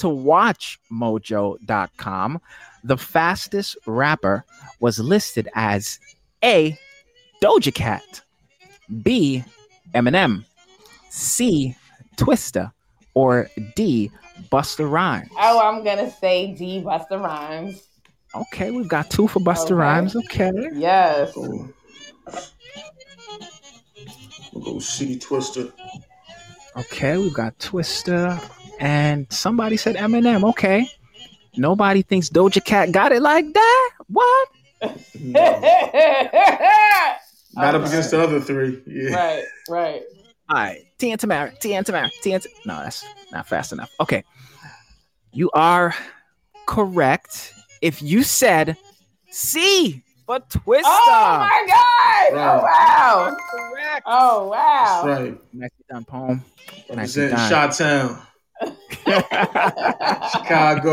to WatchMojo.com, the fastest rapper was listed as A. Doja Cat, B. Eminem, C. Twista, or D. Buster Rhymes. Oh, I'm gonna say D. Buster Rhymes. Okay, we've got two for Buster Okay. Rhymes. Okay. Yes. Go. We'll go C Twister. Okay, we've got Twista. And somebody said Eminem. Okay. Nobody thinks Doja Cat got it like that. What? No. right, Not up against the other three. Yeah. right. All right. Tia and Tamara. Tia and Tamara. Tia and... No, that's not fast enough. Okay. You are correct if you said C for Twista. Oh my god! Oh wow! correct. Oh That's wow! right. Nicely done, poem. Nicely Representing done. Shot Town, Chicago.